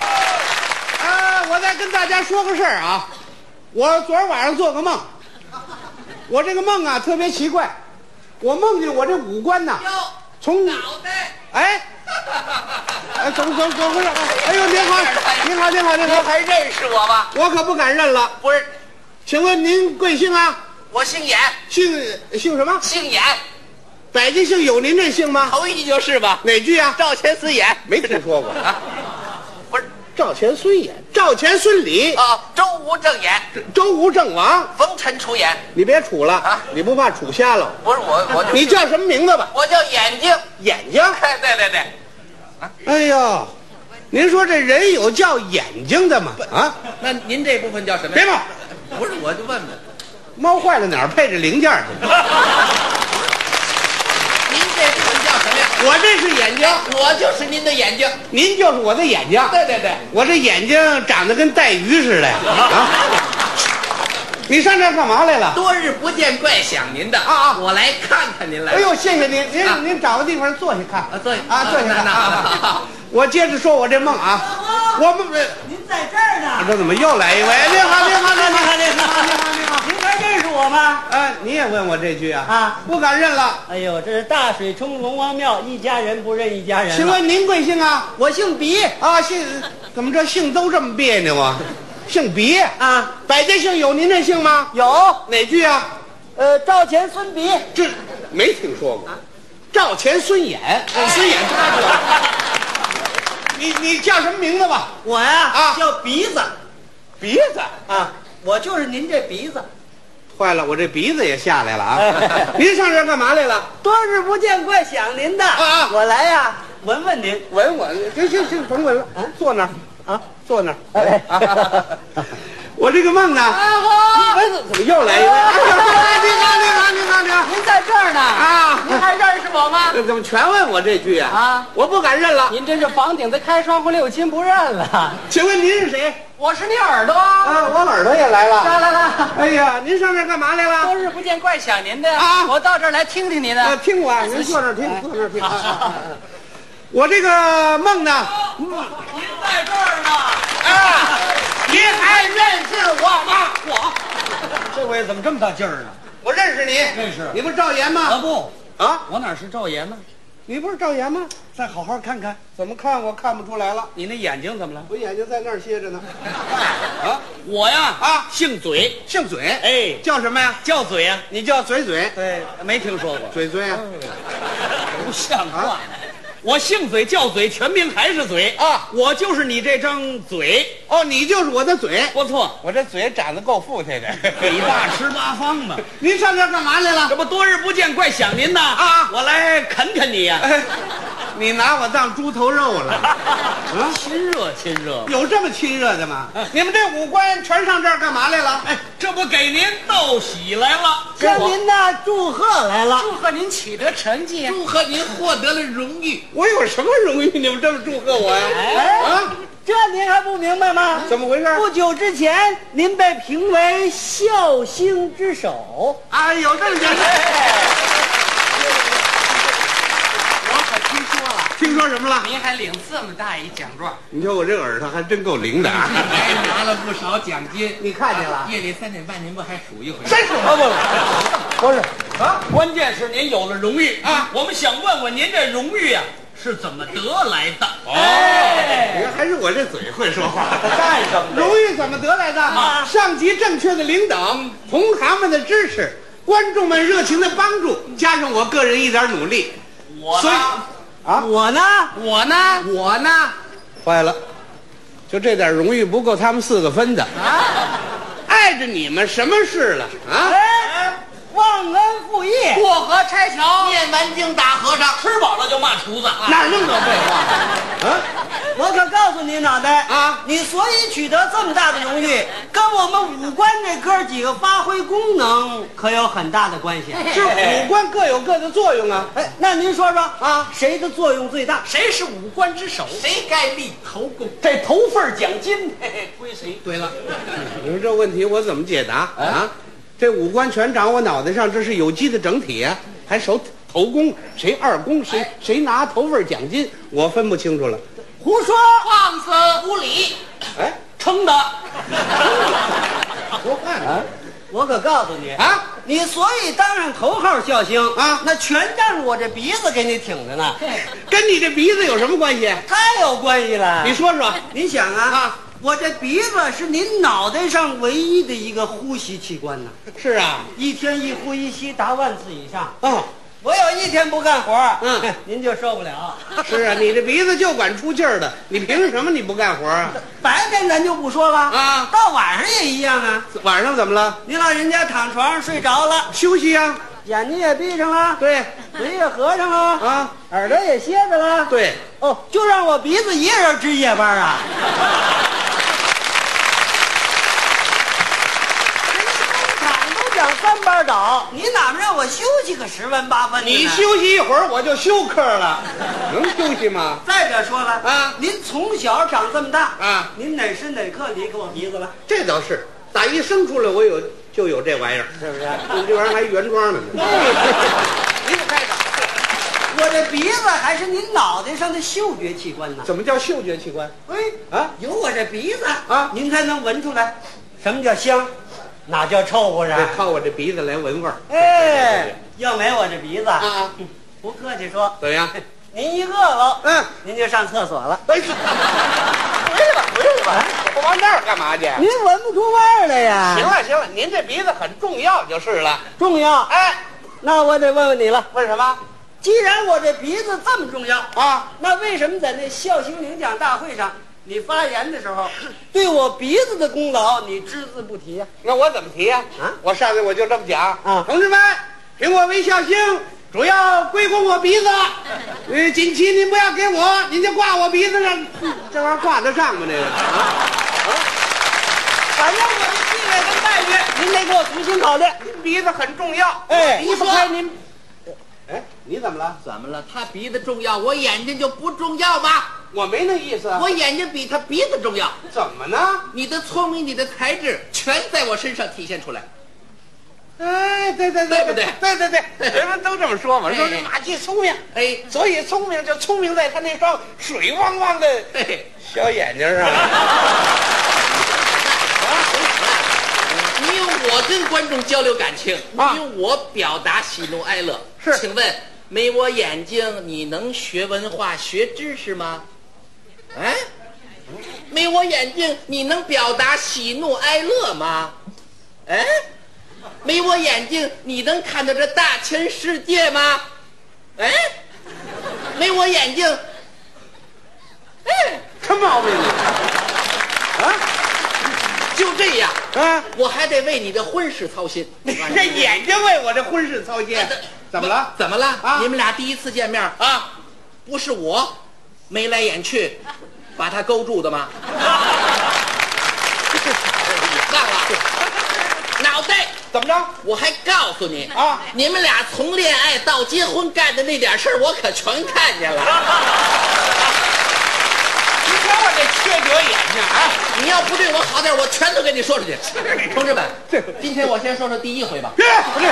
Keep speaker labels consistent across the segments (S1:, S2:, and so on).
S1: 来啊跟大家说个事儿啊，我昨儿晚上做个梦，我这个梦啊特别奇怪，我梦见我这五官呐，
S2: 哟，
S1: 从
S2: 脑袋，
S1: 哎，哎，怎么怎么怎么回事？哎呦，您好，您好，您好，您
S2: 您
S1: 好，
S2: 还认识我吗？
S1: 我可不敢认了。
S2: 不是，
S1: 请问您贵姓啊？
S2: 我姓演，
S1: 姓姓什么？
S2: 姓演，
S1: 百家姓有您这姓吗？
S2: 头一句就是吧？
S1: 哪句啊？
S2: 赵钱孙演，
S1: 没听说过。
S2: 不是
S1: 赵钱孙演，赵钱孙李，
S2: 啊，周吴郑演，
S1: 周吴郑王。
S2: 冯陈楚演，
S1: 你别杵了，
S2: 啊
S1: 你不怕杵瞎了？
S2: 不是我，我就
S1: 你叫什么名字吧？
S2: 我叫眼睛，
S1: 眼睛。
S2: 哎，对对对，
S1: 哎呦，您说这人有叫眼睛的吗？啊，
S2: 那您这部分叫什么
S1: 别
S2: 呀？
S1: 闹，
S2: 不是，我就问问，
S1: 猫坏了哪儿配着零件去？
S2: 您这部分叫什么呀？
S1: 我这是眼睛，
S2: 我就是您的眼睛，
S1: 您就是我的眼睛。
S2: 对对对，
S1: 我这眼睛长得跟带鱼似的 呀！啊，你上这儿干嘛来了？
S2: 多日不见，怪想您的
S1: 啊啊
S2: 我来看看您来
S1: 哎
S2: 了。
S1: 呦，谢谢您，您、
S2: 啊
S1: 您找个地方坐下看
S2: 啊坐下
S1: 啊，坐下
S2: 啊
S1: 看。
S2: 那那
S1: 啊我接着说我这梦啊，我们
S3: 您在这儿呢？
S1: 这怎么又来一位？你好，你好，你好，你好，你好，你好。
S3: 您还认识我吗？
S1: 哎，你也问我这句啊？
S3: 啊
S1: 不敢认了。
S3: 哎呦，这是大水冲龙王庙，一家人不认一家人了。
S1: 请问您贵姓啊？
S3: 我姓鼻
S1: 啊，姓怎么这姓都这么别扭啊？姓别，
S3: 啊？
S1: 百家姓有您这姓吗？
S3: 有，
S1: 哪句啊？
S3: 呃，赵钱孙鼻。
S1: 这没听说过。赵钱孙演，呃孙演他说。你你叫什么名字吧？
S3: 我呀、
S1: 啊
S3: 叫鼻子
S1: 鼻子
S3: 啊，我就是您这鼻子。
S1: 坏了，我这鼻子也下来了啊
S3: 哎！
S1: 您上这儿干嘛来了？
S3: 多日不见，怪想您的。
S1: 啊啊
S3: 我来呀、闻闻您。
S1: 闻我，行行行，甭闻了，坐那儿啊，坐那儿。
S3: 哎
S1: 啊我这个梦呢？哎，怎么又来一位？哎 你好，你好，你好，你好
S3: 您在这儿呢？您
S1: 啊！
S3: 还认识我吗？
S1: 这怎么全问我这句啊？
S3: 啊，
S1: 我不敢认了。
S3: 您真是房顶子开窗户六亲不认了。
S1: 请问您是谁？
S3: 我是你耳朵。
S1: 啊，我耳朵也来了。
S3: 来来来。
S1: 哎呀，您上这儿干嘛来了？
S4: 啊
S3: 多日不见，怪想您的呀
S1: 啊
S3: 我到这儿来听听您
S1: 啊，
S3: 的。
S1: 听我，您坐这儿听，坐这儿听。啊啊啊啊我这个梦呢？
S2: 哦
S3: 您在这儿呢，
S2: 啊，
S1: 哎
S2: 您还认识哎我吗？我
S3: 这回怎么这么大劲儿呢？
S1: 我认识你，
S3: 认识
S1: 你不是赵岩
S3: 啊
S1: 吗？
S3: 不，
S1: 啊，
S3: 我哪是赵岩呢？
S1: 你不是赵岩吗？
S3: 再好好看看，
S1: 怎么看我看不出来了？
S3: 你那眼睛怎么了？
S1: 我眼睛在那儿歇着呢。啊，
S2: 我呀
S1: 啊
S2: 姓嘴，
S1: 姓嘴，
S2: 哎，
S1: 叫什么呀？
S2: 叫嘴呀、
S1: 你叫嘴嘴，
S3: 对，没听说过，
S1: 嘴嘴啊。
S2: 不像
S1: 话
S2: 啊我姓嘴叫嘴，全名还是嘴
S1: 啊！
S2: 我就是你这张嘴，
S1: 哦，你就是我的嘴。
S2: 不错，
S1: 我这嘴长得够富态的。
S2: 北大吃八方嘛。
S1: 您上这儿干嘛来了？
S2: 这不多日不见，怪想您呐！
S1: 啊
S2: 我来啃啃你呀、
S1: 哎，你拿我当猪头肉了？啊，
S2: 亲热亲热。
S1: 有这么亲热的吗？你们这五官全上这儿干嘛来了？
S2: 哎，这不给您道喜来了，
S3: 跟您呢祝贺来了，
S4: 祝贺您取得成绩呀！
S2: 祝贺您获得了荣誉。
S1: 我有什么荣誉？你们这么祝贺我
S3: 哎
S2: 哎
S1: 呀？啊，
S3: 这您还不明白吗？
S1: 怎么回事？
S3: 不久之前，您被评为孝星之首，
S1: 啊，有这么件事。
S4: 我可听说了，
S1: 听说什么了？
S4: 您还领这么大一奖状，
S1: 你瞧我这耳朵还真够灵的啊！
S4: 还拿了不少奖金。
S3: 你看见了？
S4: 夜里三点半，您不还数一回？
S1: 真是
S2: 啊不，不是啊，关键是您有了荣誉啊。我们想问问您这荣誉啊是怎么得来的？
S4: 哦
S1: 哎，你看还是我这嘴会说话。啊干什么？荣誉怎么得来的？上级正确的领导，同行们的支持，观众们热情的帮助，加上我个人一点努力，
S2: 我
S1: 所以
S2: 呢，
S1: 啊，
S3: 我呢？
S4: 我呢？我呢？
S1: 坏了，就这点荣誉不够他们四个分的啊！碍着你们什么事了啊？
S3: 哎，忘恩负义，
S4: 过河拆桥，
S2: 念完经打和尚，吃饱了就骂厨子啊。
S1: 哪那么多 废话啊？
S3: 我可告诉你，脑袋
S1: 啊
S3: 你所以取得这么大的荣誉，跟我们五官这哥几个发挥功能可有很大的关系。啊
S1: 是五官各有各的作用啊。
S3: 哎，那您说说啊，谁的作用最大？
S4: 谁是五官之首？谁该立头功？
S2: 这头份儿奖金嘿嘿归谁？
S4: 对了，
S1: 你说这问题我怎么解答啊？这五官全长我脑袋上，这是有机的整体啊，还手头功，谁二功，谁谁拿头份儿奖金，我分不清楚了。
S3: 胡说！
S4: 放肆无礼，
S1: 哎，
S2: 臭坑的。
S1: 多看啊
S3: 我可告诉你，
S1: 啊！
S3: 你所以当上头号笑星
S1: 啊
S3: 那全仗着我这鼻子给你挺着呢，
S1: 跟你这鼻子有什么关系？
S3: 太有关系了。
S1: 你说说，
S3: 您想啊，
S1: 啊
S3: 我这鼻子是您脑袋上唯一的一个呼吸器官呢，
S1: 是啊，
S3: 一天一呼一吸达万次以上。
S1: 哦，
S3: 我有一天不干活儿，
S1: 嗯
S3: 您就受不了。
S1: 是啊，你这鼻子就管出气儿的，你凭什么你不干活啊？
S3: 白天咱就不说了
S1: 啊
S3: 到晚上也一样啊。
S1: 晚上怎么了？
S3: 你老人家躺床上睡着了，
S1: 休息呀、啊，
S3: 眼睛也闭上了，
S1: 对
S3: 嘴也合上了，
S1: 啊，
S3: 耳朵也歇着了。，
S1: 对，
S3: 哦，就让我鼻子一个人值夜班 啊？人家工厂都讲三班倒，你哪能让我休息个十分八分的呢？
S1: 你休息一会儿我就休克了，能休息吗？
S3: 再者说了
S1: 啊
S3: 您从小长这么大
S1: 啊
S3: 您哪时哪刻离开我鼻子了？
S1: 这倒是，打一生出来我有就有这玩意儿，
S3: 是不是？
S1: 你这玩意儿还原装的呢。
S3: 您可太长了， 我这鼻子还是您脑袋上的嗅觉器官呢。
S1: 怎么叫嗅觉器官？
S3: 喂，
S1: 啊
S3: 有我这鼻子
S1: 啊
S3: 您才能闻出来什么叫香，哪叫臭啊不是？
S1: 得靠我这鼻子来闻味儿。
S3: 哎，要没我这鼻子，
S1: 啊，
S3: 不客气说，
S1: 怎么样？
S3: 您一饿了，
S1: 嗯，
S3: 您就上厕所 了。啊
S1: 回去吧，回去吧，我往那儿干嘛去？
S3: 您闻不出味儿来
S1: 行
S3: 呀？
S1: 了行了，您这鼻子很重要就是了。
S3: 重要。
S1: 哎，
S3: 那我得问问你了，
S1: 为什么
S3: 既然我这鼻子这么重要，
S1: 啊？
S3: 那为什么在那笑星领奖大会上，你发言的时 候，对我鼻子的功劳你只字不提呀、
S1: 那我怎么提呀、
S3: 啊
S1: 我上去我就这么讲
S3: 啊
S1: 同志们，评我为笑星，主要归功我 鼻子。呃，锦旗您不要给我，您就挂我鼻子上，嗯这玩意儿挂得上吗？这个啊，
S3: 反正我的地位跟待遇，您得给我重新考虑。
S1: 您鼻子很重要。
S3: 哎，
S1: 一
S3: 离不
S1: 说，
S3: 开您，
S1: 哎，你怎么了？
S4: 怎么了？他鼻子重要，我眼睛就不重要吗？
S1: 我没那意思啊。
S4: 我眼睛比他鼻子重要。
S1: 怎么呢？
S4: 你的聪明，你的才智，全在我身上体现出来。
S1: 哎，对对
S4: 对不对
S1: 对对对， 人们都这么说嘛，
S4: 哎
S1: 说这马季聪明，
S4: 哎
S1: 所以聪明就聪明在他那双水汪汪的
S4: 嘿嘿，
S1: 小眼睛上。
S4: 你有我跟观众交流感情，
S1: 啊
S4: 你有我表达喜怒哀乐。
S1: 是
S4: 请问没我眼睛，你能学文化、学知识吗？哎，没我眼睛，你能表达喜怒哀乐吗？哎，没我眼睛，你能看到这大千世界吗？哎，没我眼睛，哎，
S1: 什么毛病啊？
S4: 就这样，
S1: 啊，
S4: 我还得为你的婚事 操心。
S1: 这眼睛为我这婚事操
S4: 哎
S1: 心，哎怎么了？
S4: 怎么了？
S1: 啊
S4: 你们俩第一次见面啊，不是我眉来眼去把他勾住的吗？ 忘了，脑袋，
S1: 怎么着？
S4: 我还告诉你
S1: 啊
S4: 你们俩从恋爱到结婚干的那点事儿，我可全看见了。
S1: 你瞧我这缺德眼睛啊！
S4: 你要不对我好点，我全都给你 说出去。同志们，今天我先说说第一回吧。
S1: 别哎不是，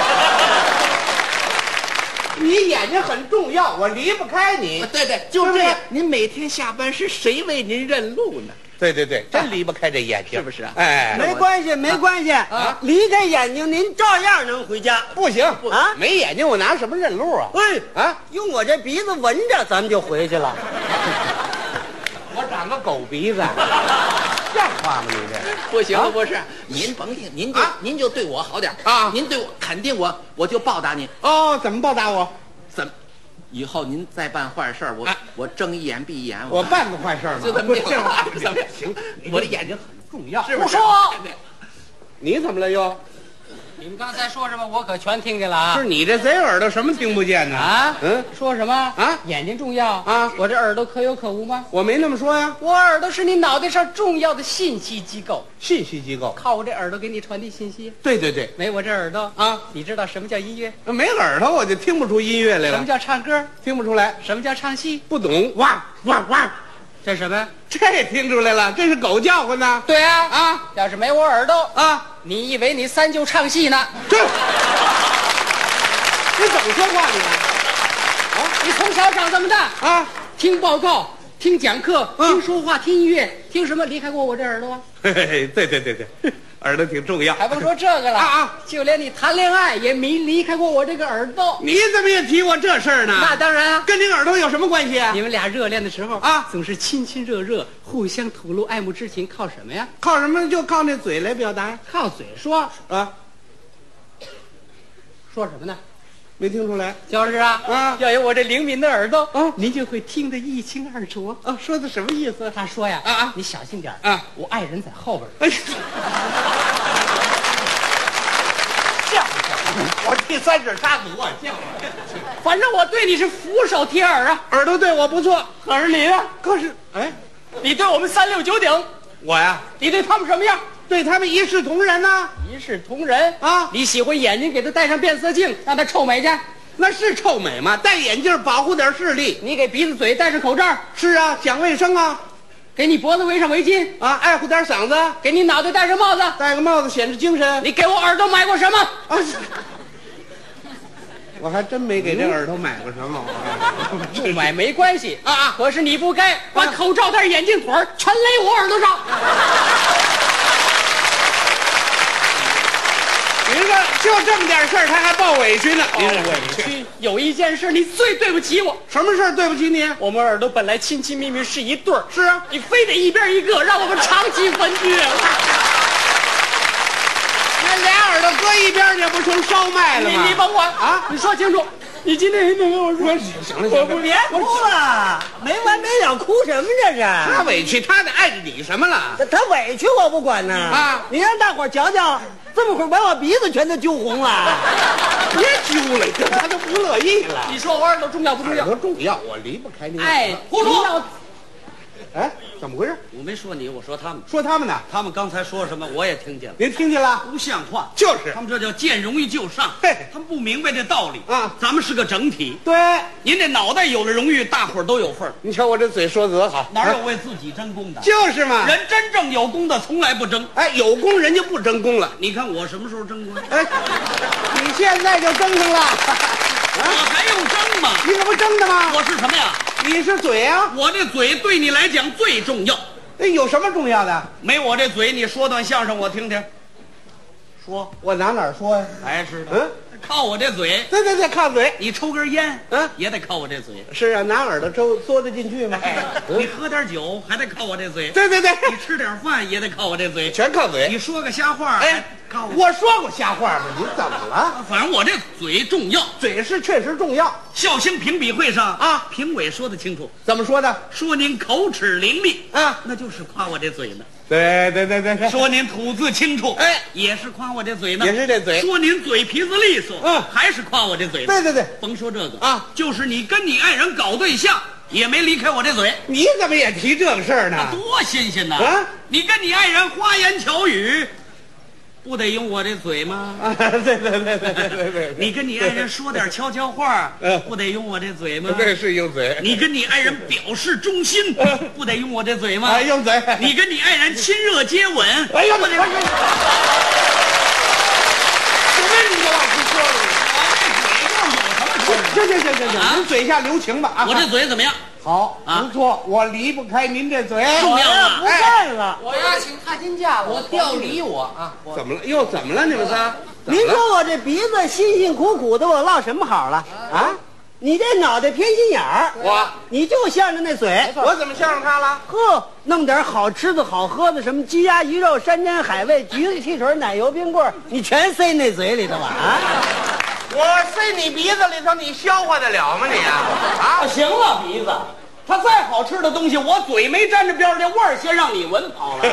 S1: 你眼睛很重要，我离不开你。
S4: 哎对对，就
S1: 对不
S4: 这
S1: 对
S4: 样。您每天下班是谁为您认路呢？
S1: 对对对，真离不开这眼睛，
S4: 是不是啊
S1: 哎，
S3: 没关系，没关系啊，离开眼睛您照样能回家。
S1: 不行
S3: 啊
S1: 没眼睛我拿什么认路啊？
S3: 喂，
S1: 啊，
S3: 用我这鼻子闻着，咱们就回去了。
S1: 我长个狗鼻子， 像话吗？你这
S4: 不行了，不是，您甭听，您就
S1: 啊
S4: 您就对我好点儿
S1: 啊
S4: 您对我肯定我，我就报答您。
S1: 哦，怎么报答我？
S4: 怎么，以后您再办坏事儿，我
S1: 啊
S4: 我睁一眼闭一眼，
S1: 我办过坏事吗？
S4: 就这么定
S1: 这
S4: 了
S1: 玩意，儿
S4: 怎么样
S1: 行？
S4: 我的眼睛很
S1: 重要。
S4: 是不是？
S1: 啊你怎么了又？
S2: 你们刚才说什么？我可全听见了啊！
S1: 是你这贼耳朵什么听不见呢？
S2: 啊，
S1: 嗯，
S2: 说什么
S1: 啊
S2: 眼睛重要
S1: 啊
S2: 我这耳朵可有可无吗？
S1: 我没那么说呀。
S2: 我耳朵是你脑袋上重要的信息机构，
S1: 信息机构，
S2: 靠我这耳朵给你传递信息。
S1: 对对对，
S2: 没我这耳朵
S1: 啊，
S2: 你知道什么叫音乐？
S1: 没耳朵我就听不出音乐来
S2: 什么
S1: 了，
S2: 叫唱歌？
S1: 听不出来，
S2: 什么叫唱戏？
S1: 不懂。哇哇哇，
S2: 这是什么呀？
S1: 这听出来了，这是狗叫唤呢。
S2: 对啊
S1: 啊
S2: 要是没我耳朵，
S1: 啊，
S2: 你以为你三舅唱戏呢？
S1: 这你怎么说话你
S4: 哦
S2: 你从小长这么大，
S1: 啊？
S2: 听报告，
S4: 听讲课、
S1: 嗯
S4: 听说话、听音乐、听什么离开过我这耳朵？
S1: 嘿嘿嘿， 对对对对，耳朵挺重要。
S4: 还甭说这个了
S1: 啊啊，
S4: 就连你谈恋爱也没离开过我这个耳朵。
S1: 你怎么也提我这事儿呢？
S4: 那当然啊，
S1: 跟你耳朵有什么关系啊？
S4: 你们俩热恋的时候
S1: 啊
S4: 总是亲亲热热，互相吐露爱慕之情，靠什么呀？
S1: 靠什么？就靠那嘴来表达呀
S4: 靠嘴说，
S1: 啊？
S4: 说什么呢？
S1: 没听出来
S4: 就是啊，
S1: 啊
S4: 要有我这灵敏的耳朵，
S1: 啊
S4: 您就会听得一清二楚。哦
S1: 啊？说的什么意思？
S4: 他说呀，
S1: 啊啊
S4: 你小心点儿
S1: 啊
S4: 我爱人在后边儿。
S1: 哎呀，
S2: 我第三指插足啊，见
S4: 反正我对你是俯首贴耳啊，
S1: 耳朵对我不错，
S4: 可是你啊，
S1: 可是哎，
S4: 你对我们三六九鼎，
S1: 我呀
S4: 你对他们什么样？
S1: 对他们一视同仁呐、
S4: 一视同仁
S1: 啊
S4: 你喜欢眼睛，给他戴上变色镜，让他臭美去；
S1: 那是臭美吗？戴眼镜保护点视力。
S4: 你给鼻子、嘴戴上口罩，
S1: 是啊，讲卫生啊
S4: 给你脖子围上围巾，
S1: 啊，爱护点嗓子，
S4: 给你脑袋戴上帽子。
S1: 戴个帽子显示精神。
S4: 你给我耳朵买过什么？
S1: 啊，是 我还真没给这耳朵买过什么。我还
S4: 不买没关系
S1: 啊啊
S4: 可是你不该把口罩、戴上眼镜腿儿全勒我耳朵上。
S1: 您说就这么点事儿，他还抱委屈呢。您说
S4: 有一件事你最对不起我，
S1: 什么事儿对不起你？
S4: 我们耳朵本来亲亲密密是一对儿，
S1: 是啊，
S4: 你非得一边一个，让我们长期分居。啊
S1: 那俩耳朵搁一边儿，这不成烧麦了
S4: 你
S1: 吗？
S4: 你甭管
S1: 啊
S4: 你说清楚，你今天能跟我说？
S1: 行了行了，
S3: 别哭了，嗯没完没了，哭什么这
S1: 他
S3: 是？
S1: 委屈，他得碍着你什么了？
S3: 他委屈我不管呢
S1: 啊
S3: 你让大伙儿瞧瞧，这么会儿把我鼻子全都揪红了。
S1: 别揪了，他都不乐意了。
S4: 你说我耳朵重要不重
S1: 耳
S4: 要？
S1: 朵重要，我离不开你。
S4: 哎，
S2: 胡说
S4: 你要
S1: 哎，怎么回事？
S2: 我没说你，我说他们，
S1: 说他们呢？
S2: 他们刚才说什么我也听见了，
S1: 您听见了？
S2: 不像话。
S1: 就是
S2: 他们这叫见容易就上，
S1: 嘿
S2: 他们不明白这道理
S1: 啊
S2: 咱们是个整体，
S1: 对，
S2: 您这脑袋有了荣誉，大伙儿都有份儿，
S1: 你瞧我这嘴说得好，
S2: 哪有为自己争功的？
S1: 就是嘛。
S2: 人真正有功的从来不争。
S1: 哎，有功人家不争功了。
S2: 你看我什么时候争功？
S1: 哎，你现在就争上了，
S2: 我还用争吗？
S1: 你可不争的吗？
S2: 我是什么呀？
S1: 你是嘴啊？
S2: 我这嘴对你来讲最重要，
S1: 哎，有什么重要的？
S2: 没我这嘴，你说段相声我听听。说，
S1: 我拿哪儿说呀、
S2: 还是的
S1: 嗯，
S2: 靠我这嘴，
S1: 对对对，靠嘴。
S2: 你抽根烟，
S1: 嗯
S2: 也得靠我这嘴。
S1: 是啊，拿耳朵抽缩得进去吗？
S2: 你喝点酒还得靠我这嘴，
S1: 对对对，
S2: 你吃点饭也得靠我这嘴，
S1: 全靠嘴。
S2: 你说个瞎话，
S1: 哎
S2: 哎，靠，我，
S1: 我说过瞎话吗？你怎么了？
S2: 反正我这嘴重要。
S1: 嘴是确实重要。
S2: 孝兴评比会上
S1: 啊，
S2: 评委说的清楚，
S1: 怎么说的？
S2: 说您口齿伶俐，
S1: 啊，
S2: 那就是夸我这嘴呢；
S1: 对对对对对，
S2: 说您吐字清楚，
S1: 哎，
S2: 也是夸我这嘴呢；
S1: 也是这嘴。
S2: 说您嘴皮子利索，
S1: 嗯
S2: 还是夸我这嘴呢。
S1: 对对对，
S2: 甭说这个
S1: 啊，
S2: 就是你跟你爱人搞对象，也没离开我这嘴，
S1: 你怎么也提这个事儿呢？
S2: 多新鲜呐！
S1: 啊
S2: 你跟你爱人花言巧语，不得用我这嘴吗？
S1: 啊，对对对对对对对，
S2: 你跟你爱人说点悄悄 话
S1: 嗯，
S2: 不得用我这嘴吗？
S1: 这是用嘴。
S2: 你跟你爱人表示忠心，不得用我这嘴吗
S1: 哎，？用嘴。
S2: 你跟你爱人亲热接吻，
S1: 哎呀，
S2: 不
S1: 我
S2: 得
S1: 这什么
S2: 用
S1: 你都老实说了？
S2: 哎
S1: 行行行行
S2: 啊
S1: 行，您嘴下留情吧啊！
S2: 我这嘴怎么样？
S1: 好，
S2: 啊
S1: 不错，我离不开您这嘴。
S2: 重要
S3: 哎，不
S2: 吗？
S3: 干了。
S4: 我要请踏金架，我调离我啊！
S1: 怎么了？又怎么了？你们仨？怎么
S3: 您
S1: 了
S3: 说我这鼻子辛辛苦苦的，我落什么好了啊？你这脑袋偏心眼儿，
S1: 我
S3: 你就向着那嘴，
S1: 我怎么向着他了？
S3: 呵，弄点好吃的好喝的，什么鸡鸭鱼肉、山珍海味、橘子汽水、奶油冰棍儿，你全塞那嘴里头了啊！
S1: 我塞你鼻子里头，你消化得了吗你啊？
S2: 啊，行了，鼻子，它再好吃的东西，我嘴没沾着边儿，这味儿先让你闻跑 了，你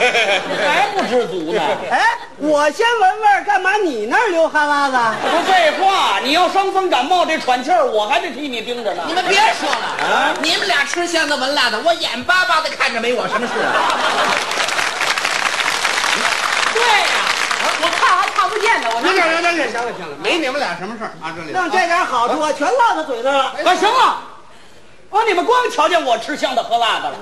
S2: 还不知足呢？
S3: 哎，我先闻味儿，干嘛你那儿流哈喇子？
S2: 不废话，你要伤风感冒，这喘气儿我还得替你盯着
S5: 你
S2: 呢。
S5: 们别说了，
S1: 啊
S5: 你们俩吃香的闻辣的，我眼巴巴的看着没我什么事啊？
S4: 对呀、我看还看不见呢，我
S1: 行了
S4: 那
S1: 行了行了行了，没你们俩什么事儿啊？这里头
S3: 弄这点好处啊，全落到嘴那儿了。
S2: 啊，行了，啊，你们光瞧见我吃香的喝辣的了，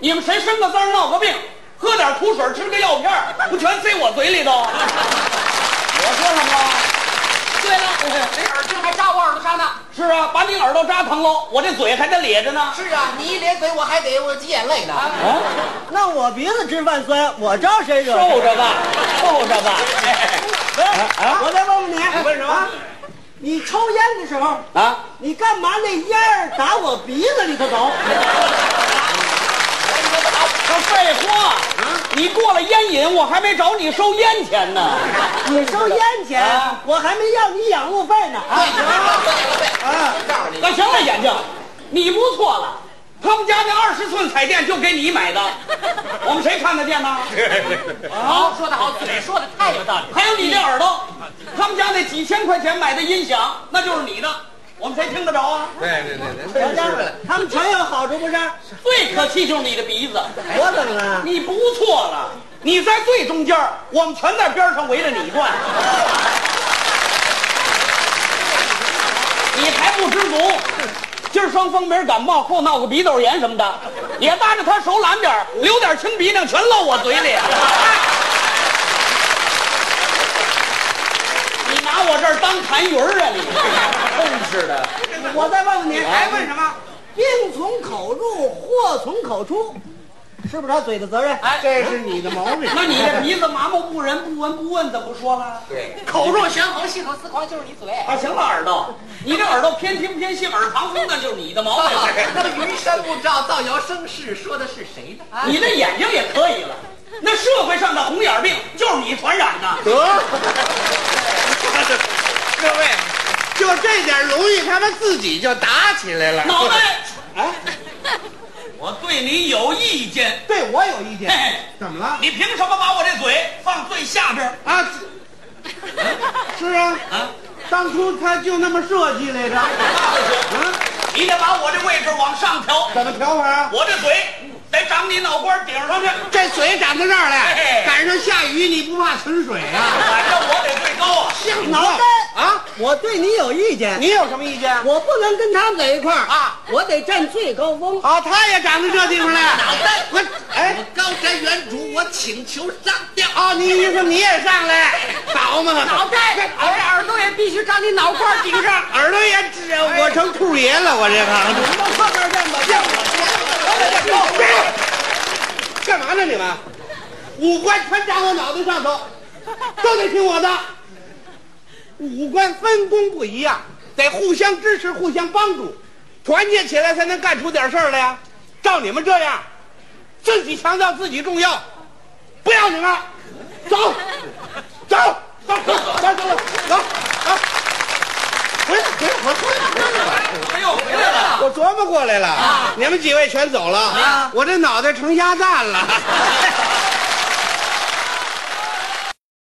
S2: 你们谁生个簪儿闹个病，喝点苦水吃个药片儿，不全塞我嘴里头？我说什么了？
S4: 对了，没耳钉还扎我耳朵上呢。
S2: 是啊，把你耳朵扎疼喽，我这嘴还得咧着呢。
S4: 是啊，你一咧嘴，我还得我挤眼泪呢。
S3: 那我鼻子吃饭酸，我招谁惹谁？
S2: 受着吧，受着吧。
S3: 哎，我再问问你，问什么？你抽烟的时候，
S2: 啊，
S3: 你干嘛那烟儿打我鼻子里头走？
S2: 这废话，你过了烟瘾，我还没找你收烟钱呢。
S3: 你收烟钱
S2: 啊，
S3: 我还没要你养路费呢。
S4: 对对对对
S6: 啊
S4: 对，告诉你，
S2: 那行了，眼睛，你不错了。他们家那二十寸彩电就给你买的，我们谁看得见 呢？
S6: 好，说的好，嘴说的太有道理。
S2: 还有你这耳朵，他们家那几千块钱买的音响，那就是你的，我们谁听得着啊？
S1: 对对对对，
S3: 小家伙，他们全有好处不是？
S2: 最可气就是你的鼻子，
S6: 哎
S3: 我怎么了？
S2: 你不错了，你在最中间儿，我们全在边上围着你转。你还不知足，今儿伤风鼻感冒，后闹个鼻窦炎什么的，也搭着他手懒点儿流点清鼻涕全漏我嘴里。你拿我这儿当痰盂儿啊你！ 真是的，
S3: 我再问问你，
S1: 还问什么？
S3: 病从口入，祸从口出，是不是他嘴的责任？
S2: 哎，
S1: 这是你的毛病。
S2: 那你这鼻子麻木不仁、不闻不问，怎么说了？
S6: 口若悬河，信口雌黄，就是你嘴。
S2: 啊，行了，耳朵，你这耳朵偏听偏信，耳旁风，那就是你的毛 病。
S4: 那么云山雾罩，造谣生事，说的是谁呢？啊，
S2: 你的眼睛也可以了，那社会上的红眼病就是你传染的。
S1: 得，各位， 就这点荣誉，他们自己就打起来了。
S2: 脑袋，哎，我对你有意见，
S1: 对我有意
S2: 嘿
S1: 见，
S2: 嘿，
S1: 怎么了？
S2: 你凭什么把我这嘴放最下边儿
S1: 啊，是啊，
S2: 啊？
S1: 当初他就那么设计 来着。
S2: 那不行，
S1: 嗯，
S2: 你得把我这位置往上调，
S1: 怎么调法？啊
S2: 我这嘴得长你脑瓜顶上去，
S1: 这嘴长到这儿
S2: 哎
S1: 来，赶上下雨你不怕存水啊？
S2: 反正我得最高啊。
S3: 哎脑袋啊！我对你有意见，
S1: 你有什么意见？
S3: 我不能跟他们在一块儿啊，我得占最高峰。
S1: 啊，他也长到这地方来。
S4: 脑袋
S1: 我哎
S4: 我高瞻远瞩，我请求上吊。
S1: 啊，你意思你也 上来？好嘛，
S6: 脑
S2: 哎
S6: 袋，我这耳朵也必须长你脑瓜顶上。
S1: 耳朵也指着我成兔爷了，我这个。
S3: 你到侧边站吧，站
S1: 干嘛呢你们？五官全长我脑袋上头，都得听我的。五官分工不一样，得互相支持、互相帮助，团结起来才能干出点事儿来呀。照你们这样，自己强调自己重要，不要你们，走，走，走，走，走，走，走，走，回来，回来，我回来，回来。
S2: 哎呦，回来了。
S1: 我琢磨过来了，你们几位全走了，我这脑袋成鸭蛋了。